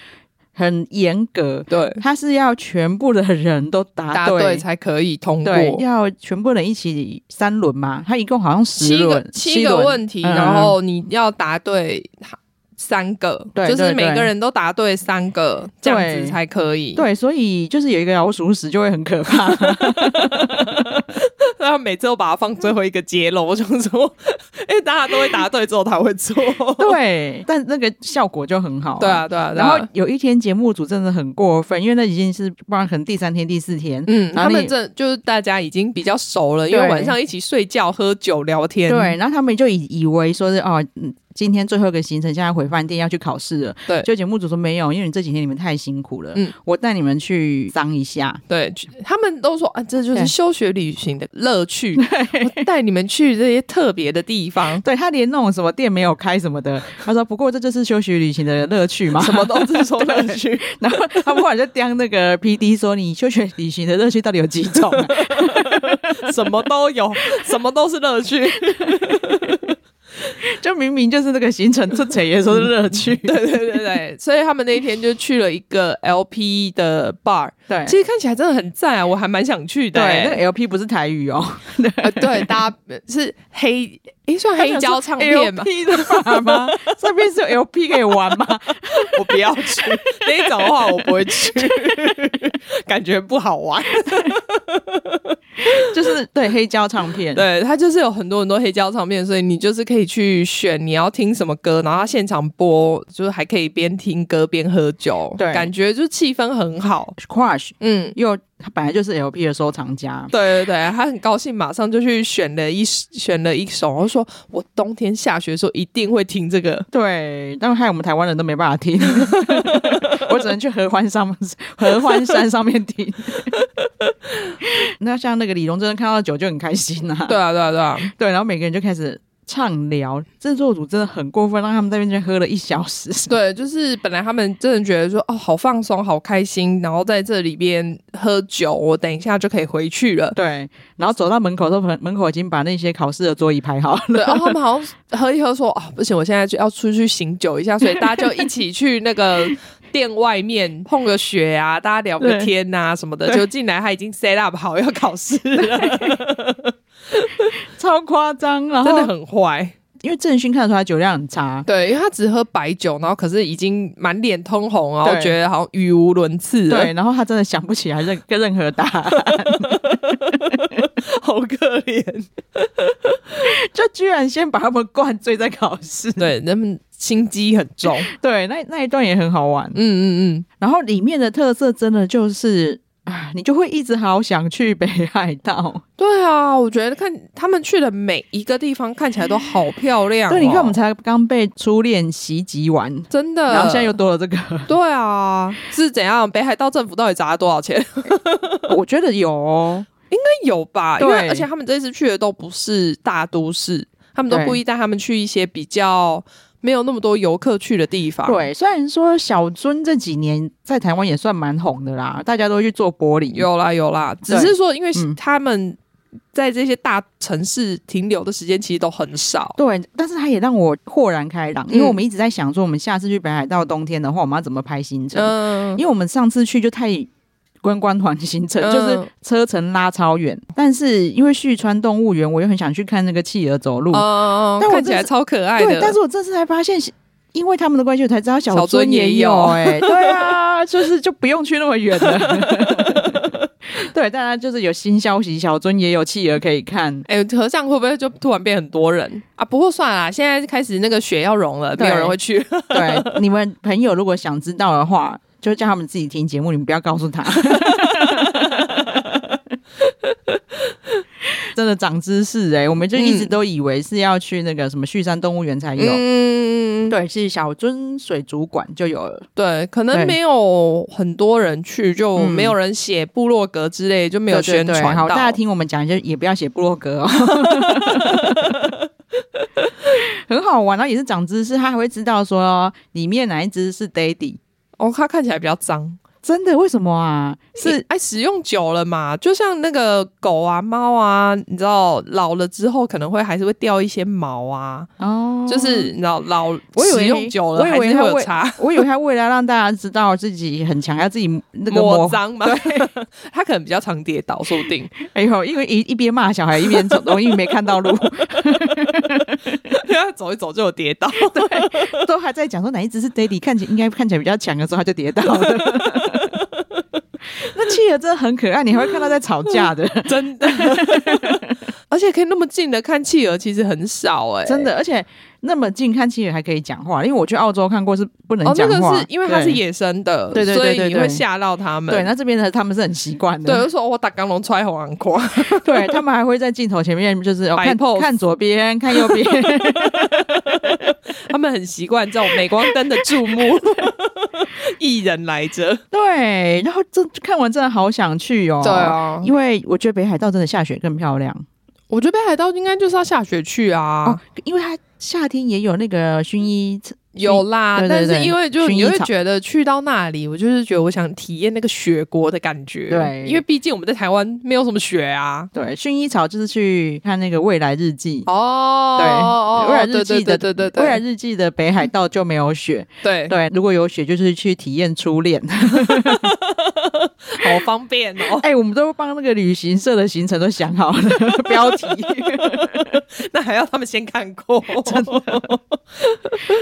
很严格，对，他是要全部的人都答答对。对才可以通对，过。要全部人一起三轮嘛，他一共好像十七个轮，七个轮问题，嗯然后你要答对三个，对就是对每个对人都答对三个，这样对子才可以。， 对，所以就是有一个老鼠屎就会很可怕。然后每次都把它放最后一个揭露，我想说， 因为大家都会答对之后他会错。对，但那个效果就很好、 对啊，。对啊，对然啊后有一天节目组真的很过分，因为那已经是不然可能第三天、第四天，嗯，然他后们你这就是大家已经比较熟了，因为对晚上一起睡觉、喝酒、聊天。对，然后他们就以以为说是哦，嗯今天最后一个行程，现在回饭店要去考试了。对就节目组说没有，因为你这几天你们太辛苦了，嗯我带你们去脏一下。对，去他们都说啊，这就是对。休学旅行的乐 趣，我带你们去这些特别的地方 对他连那种什么店没有开什么的，他说不过这就是休学旅行的乐趣嘛，什么都是说乐趣， 然后他不管就刁那个 P D 说你休学旅行的乐趣到底有几种、啊？什么都有，什么都是乐趣。就明明就是那个行程，这谁也说是乐 趣。 对对对对， 所以他们那一天就去了一个 LP 的 bar，对其实看起来真的很赞啊，我还蛮想去的、对，那欸。个 LP 不是台语哦，呃对，大家是黑，诶，算 黑胶唱片吧， ，LP 的吧吗？这边是有 LP 可以玩吗？ 我不要去那一种的话，我不会 去，感觉不好玩。就是对黑胶唱片，对，它就是有很多很多黑胶唱片，所以你就是可以去选你要听什么歌，然后它现场播，就是还可以边听歌边喝酒，对感觉就气氛很好。 Crush 嗯，又他本来就是 LP 的收藏家，对对对，他很高兴，马上就去选了一选了一首，然后说我冬天下雪的时候一定会听这个。对，但害我们台湾人都没办法 听，我只能去合欢上合欢山上面 听。那像那个李荣真看到酒就很开心啊，对啊，对啊，对啊，对，然后每个人就开始畅聊，制作组真的很过分，让他们在那边喝了一小时。 对，就是本来他们真的觉得说哦，好放松，好开心，然后在这里边喝酒，我等一下就可以回去了。对，然后走到门口的时候，门口已经把那些考试的桌椅排好 了。对，然后他们好像喝一喝说，哦，不行，我现在就要出去醒酒一下，所以大家就一起去那个店外面碰个雪啊，大家聊个对天啊什么的，对就进来他已经 set up 好要考试了，超夸张。然后 真的很坏。因为郑勋看得出来酒量很差，对，因为他只喝白酒，然后可是已经满脸通红，然后对觉得好像语无伦次了，对，然后他真的想不起来任跟任何答案， 好可怜。就居然先把他们灌醉在考试。对，他们心机很重。对，那那一段也很好玩。嗯嗯嗯，然后里面的特色真的就是啊，你就会一直好想去北海道。对啊，我觉得看他们去的每一个地方看起来都好漂亮、哦。对，你看我们才刚被初恋袭击完，真的，然后现在又多了这个，对啊，是怎样？北海道政府到底砸了多少钱？ 应我觉得有、哦。该有吧，因为对而且他们这次去的都不是大都市，他们都对故意带他们去一些比较没有那么多游客去的地方。对，虽然说小樽这几年在台湾也算蛮红的啦，大家都去做玻璃。有啦有啦，只对是说因为嗯他们在这些大城市停留的时间其实都很少。对，但是它也让我豁然开朗，因为嗯我们一直在想说，我们下次去北海道冬天的话，我们要怎么排行程？嗯因，为我们上次去就太观光团行程，嗯就是车程拉超远。但是因为旭川动物园，我又很想去看那个企鹅走路。哦，但我看起这来是超可爱的。对，但是我这次才发现，因为他们的关系，我才知道小小尊樽也也有哎、对啊， 就是就不用去那么远了。 对，大家就是有新消息，小尊也有企鹅可以看。哎、和尚会不会就突然变很多人啊？不过算了啦，现在开始那个雪要融了，对没有人会 去。对，你们朋友如果想知道的话，就叫他们自己听节目，你们不要告诉他。 真的长知识哎、我们就一直嗯都以为是要去那个什么旭山动物园才有，嗯，对，是小樽水族馆就有了。对，可对能没有很多人去，就嗯没有人写部落格之类，就没有对对宣对传到。好，大家听我们讲，就也不要写部落格 哦，很好玩，啊然后也是长知识，他还会知道说里面哪一只是 Daddy，哦，它看起来比较脏，真的为什么啊？是是哎，使用久了嘛，就像那个狗啊、猫啊，你知道老了之后可能会还是会掉一些毛啊，哦，就是你知道老我以为使用久了我以还为是它会有会差。我以为他为了让大家知道自己很强，要自己那个抹抹。脏嘛， 它可能比较常跌倒，说不定哎呦，因为一一边骂小孩，一边走，容易没看到路， 它走一走就有跌 倒。都还在讲说哪一只是 daddy，看起应该看起来比较强的时候，他就跌倒了。 那企鹅真的很可爱，你还会看到在吵架的，真的。而且可以那么近的看企鹅，其实很少哎、真。的。而且那么近看企鹅还可以讲话，因为我去澳洲看过是不能哦，讲那个话，是因为它是对野生的，对对对对所以你对会吓到它们。对，那这边的他们是很习惯对，的，就说我打钢龙踹红昂瓜， 对，他们还会在镜头前面就是、哦、摆看 pose 看左边，看右边， 他们很习惯这种镁光灯的注 目，一人来着。对，然后这看完真的好想去哦，对啊，因为我觉得北海道真的下雪更漂亮我觉得北海道应该就是要下雪去啊。哦，因为它夏天也有那个薰衣草，有啦，对对但对是因为就薰衣你会草觉得去到那里，我就是觉得我想体验那个雪国的感觉。对因为毕竟我们在台湾没有什么雪啊。对，薰衣草就是去看那个未来日记。哦，对哦，未来对日记的对对对未来对日记的北海道就没有雪，对对，对，如果有雪就是去体验初恋。好方便哦。 哎、我们都帮那个旅行社的行程都想好了 标题，那还要他们先看过，真 的，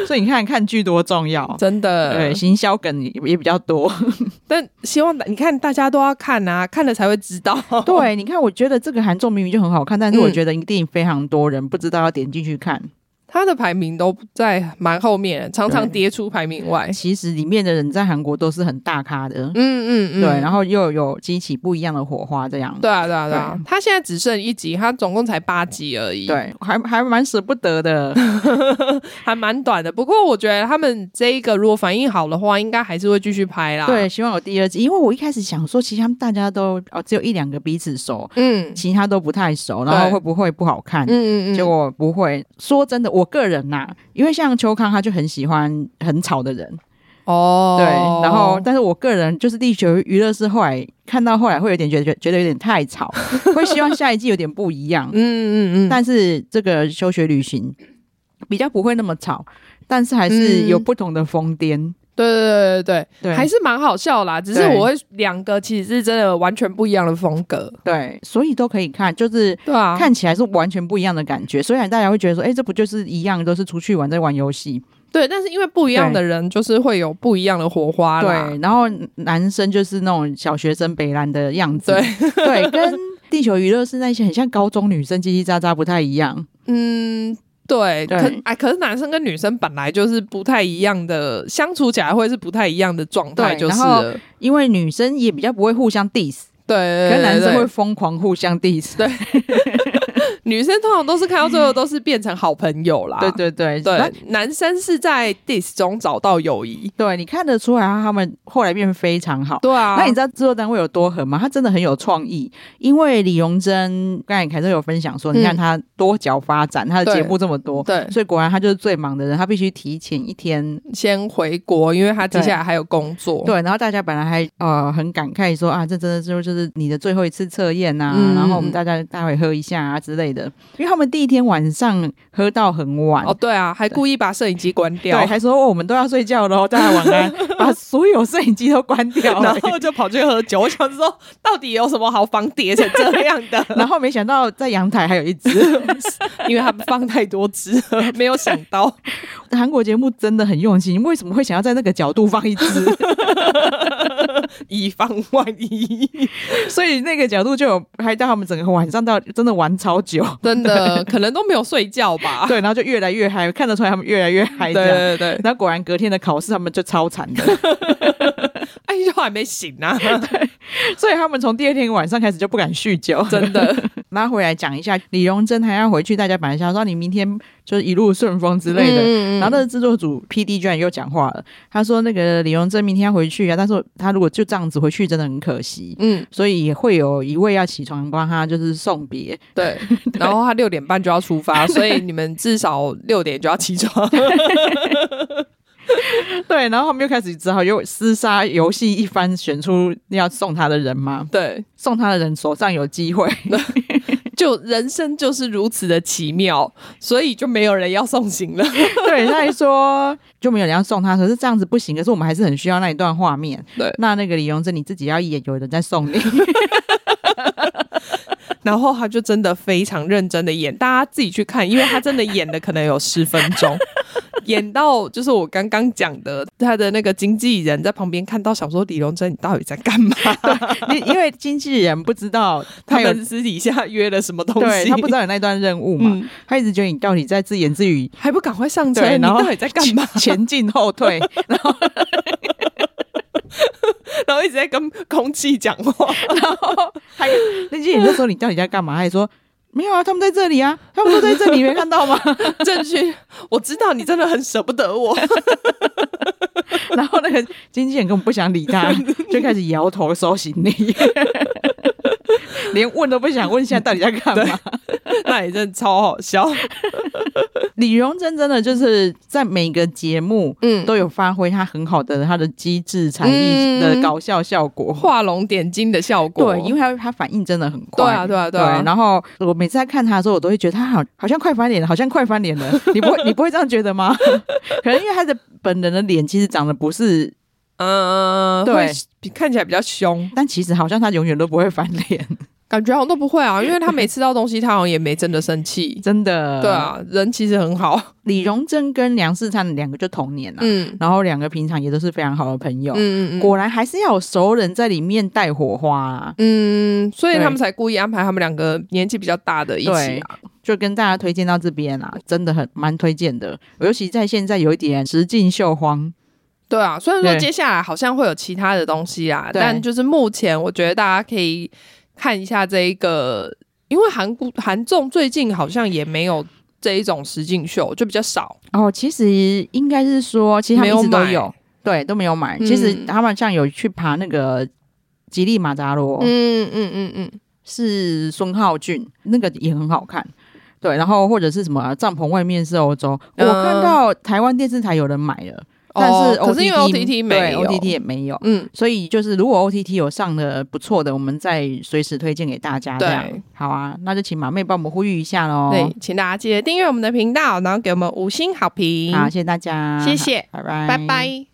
所以你看看剧多重要，真的对，行销梗也也比较多。但希望大你看大家都要看啊，看了才会知道。对，你看，我觉得这个韩综明明就很好看，但是我嗯觉得一定非常多人不知道要点进去看。他的排名都在蛮后面，常常跌出排名外。其实里面的人在韩国都是很大咖的，嗯嗯嗯，对，然后又有激起不一样的火花，这样。对啊对啊对啊，他现在只剩一集，他总共才八集而已。对，还还蛮舍不得 的。还蛮短的。不过我觉得他们这一个如果反应好的话，应该还是会继续拍啦。对，，希望有第二季，因为我一开始想说，其实他们大家都哦，只有一两个彼此熟，嗯其他都不太熟，然后对会不会不好看？嗯嗯嗯，结果不会。说真的，我个人呐、因为像邱康他就很喜欢很吵的人，哦，对，然后但是我个人就是力求娱乐是后来看到后来会有点觉得觉得有点太吵， 会希望下一季有点不一样。嗯嗯嗯，但是这个休学旅行比较不会那么吵，但是还是有嗯不同的疯癫。对对对对对，对，还是蛮好笑啦。只是对我会两个其实是真的完全不一样的风格，对，所以都可以看，就是。对啊，看起来是完全不一样的感觉，虽然大家会觉得说，哎、这不就是一样，都是出去玩，在玩游戏，对，但是因为不一样的人就是会有不一样的火花啊啦。对。然后男生就是那种小学生北兰的样子，对， 对，跟地球娱乐是那些很像高中女生叽叽喳喳不太一样，嗯。对，对可哎，可是男生跟女生本来就是不太一样的，相处起来会是不太一样的状态，对就然是后了因为女生也比较不会互相 diss，对，对跟男生对会疯狂互相 diss。对，女生通常都是看到最后都是变成好朋友啦。 对对对那对，男生是在 dis 中找到友谊。对，你看得出来啊他们后来变非常好。对啊，那你知道制作单位有多狠吗？他真的很有创意，因为李荣珍刚才凯特有分享说，嗯你看他多角发展，他的对节目这么多，对所以果然他就是最忙的人，他必须提前一天。先回国，因为他接下来还有工作。对，然后大家本来还呃很感慨说啊，这真的就就是你的最后一次测验呐、嗯然后我们大家待会喝一下啊之类的，因为他们第一天晚上喝到很晚，哦，对啊，还故意把摄影机关对，掉， 还说、哦、我们都要睡觉喽，大家晚安，把所有摄影机都关掉、 然后就跑去喝酒。我想说，到底有什么好防叠成这样的？然后没想到在阳台还有一只， 因为他们放太多只了，没有想 到。韩国节目真的很用心，为什么会想要在那个角度放一只？ 以防万一，所以那个角度就有拍到他们整个晚上到真的玩超久，真的可能都没有睡觉吧。对，然后就越来越嗨，看得出来他们越来越嗨。对这样。啊对 对，然后果然隔天的考试他们就超惨 的，哎，就还没醒 呢、所以他们从第二天晚上开始就不敢酗酒， 真的。拉回来讲一下，李荣珍还要回去，大家本来想说你明天就一路顺风之类的，嗯嗯嗯然后那个制作组 P D 居然又讲话了，他说那个李荣珍明天要回去啊，但是他如果就这样子回去，真的很可惜。嗯，所以也会有一位要起床帮他就是送别， 对。然后他六点半就要出发，所以你们至少六点就要起 床。 对，然后他们又开始只好又厮杀游戏一番，选出要送他的人嘛，对，送他的人手上有机会，就人生就是如此的奇妙，所以就没有人要送行了。 对，他还说就没有人要送他，可是这样子不行，可是我们还是很需要那一段画面。对那那个李荣珍你自己要演，有人在送你， 然后他就真的非常认真的演，大家自己去看，因为他真的演的可能有十分 钟，演到就是我刚刚讲的，他的那个经纪人在旁边看到，想说李荣珍你到底在干嘛？因因为经纪人不知道 他他有，们私底下约了什么东对西？他不知道有那段任务嘛，嗯他一直觉得你到底在自言自 语，还不赶快上车？对你然后到底在干嘛？前进后 退， 然后一直在跟空气讲 话， 还有那些人就说你到底在干嘛？他也说没有啊，他们在这里啊，他们都在这里，没看到吗？ 郑勋，我知道你真的很舍不得我，然后那个经纪人根本不想理他，就开始摇头收行李， 连问都不想问，现在到底在干嘛？ 那也真的超好笑。李荣珍真的就是在每个节目。嗯，都有发挥他很好的他的机智才艺嗯的搞笑效果，画龙点睛的效果，嗯对，因为他他反应真的很快，对啊，对啊，对对啊。然后我每次在看他的时候，我都会觉得他好好像快翻脸了，好像快翻 脸了。你不会你不会这样觉得吗？ 可能因为他的本人的脸其实长得不是，嗯，对会比看起来比较凶，但其实好像他永远都不会翻脸， 感觉好像都不会啊，因为他没吃到东西，他好像也没真的 生气。真的。对，啊，人其实很好，李荣珍跟梁世灿两个就同年啊，嗯然后两个平常也都是非常好的朋友。嗯嗯嗯果然还是要有熟人在里面带火花、啊，嗯，所以对他们才故意安排他们两个年纪比较大的一起啊。就跟大家推荐到这边啊，真的很蛮推荐的，尤其在现在有一点实境秀荒，对啊，虽然说对接下来好像会有其他的东西啊，对但就是目前我觉得大家可以看一下这一个，因为韩国韩综最近好像也没有这一种实境秀，就比较少。哦，其实应该是说，其实他们一直都没有有，对，都没有买。嗯其实他们像有去爬那个吉利马扎罗，嗯嗯嗯嗯，是孙浩俊，那个也很好看。对，然后或者是什么啊帐篷外面是欧洲，嗯我看到台湾电视台有人买了，但是 OTT,、哦可是因为 OTT 没有对 OTT 也没有。嗯，所以就是，如果 OTT 有上的不错的，我们再随时推荐给大家。对这样，好啊，那就请马妹帮我们呼吁一下喽。对，请大家记得订阅我们的频道，然后给我们五星好评。好，谢谢大家，谢谢好拜拜，拜拜。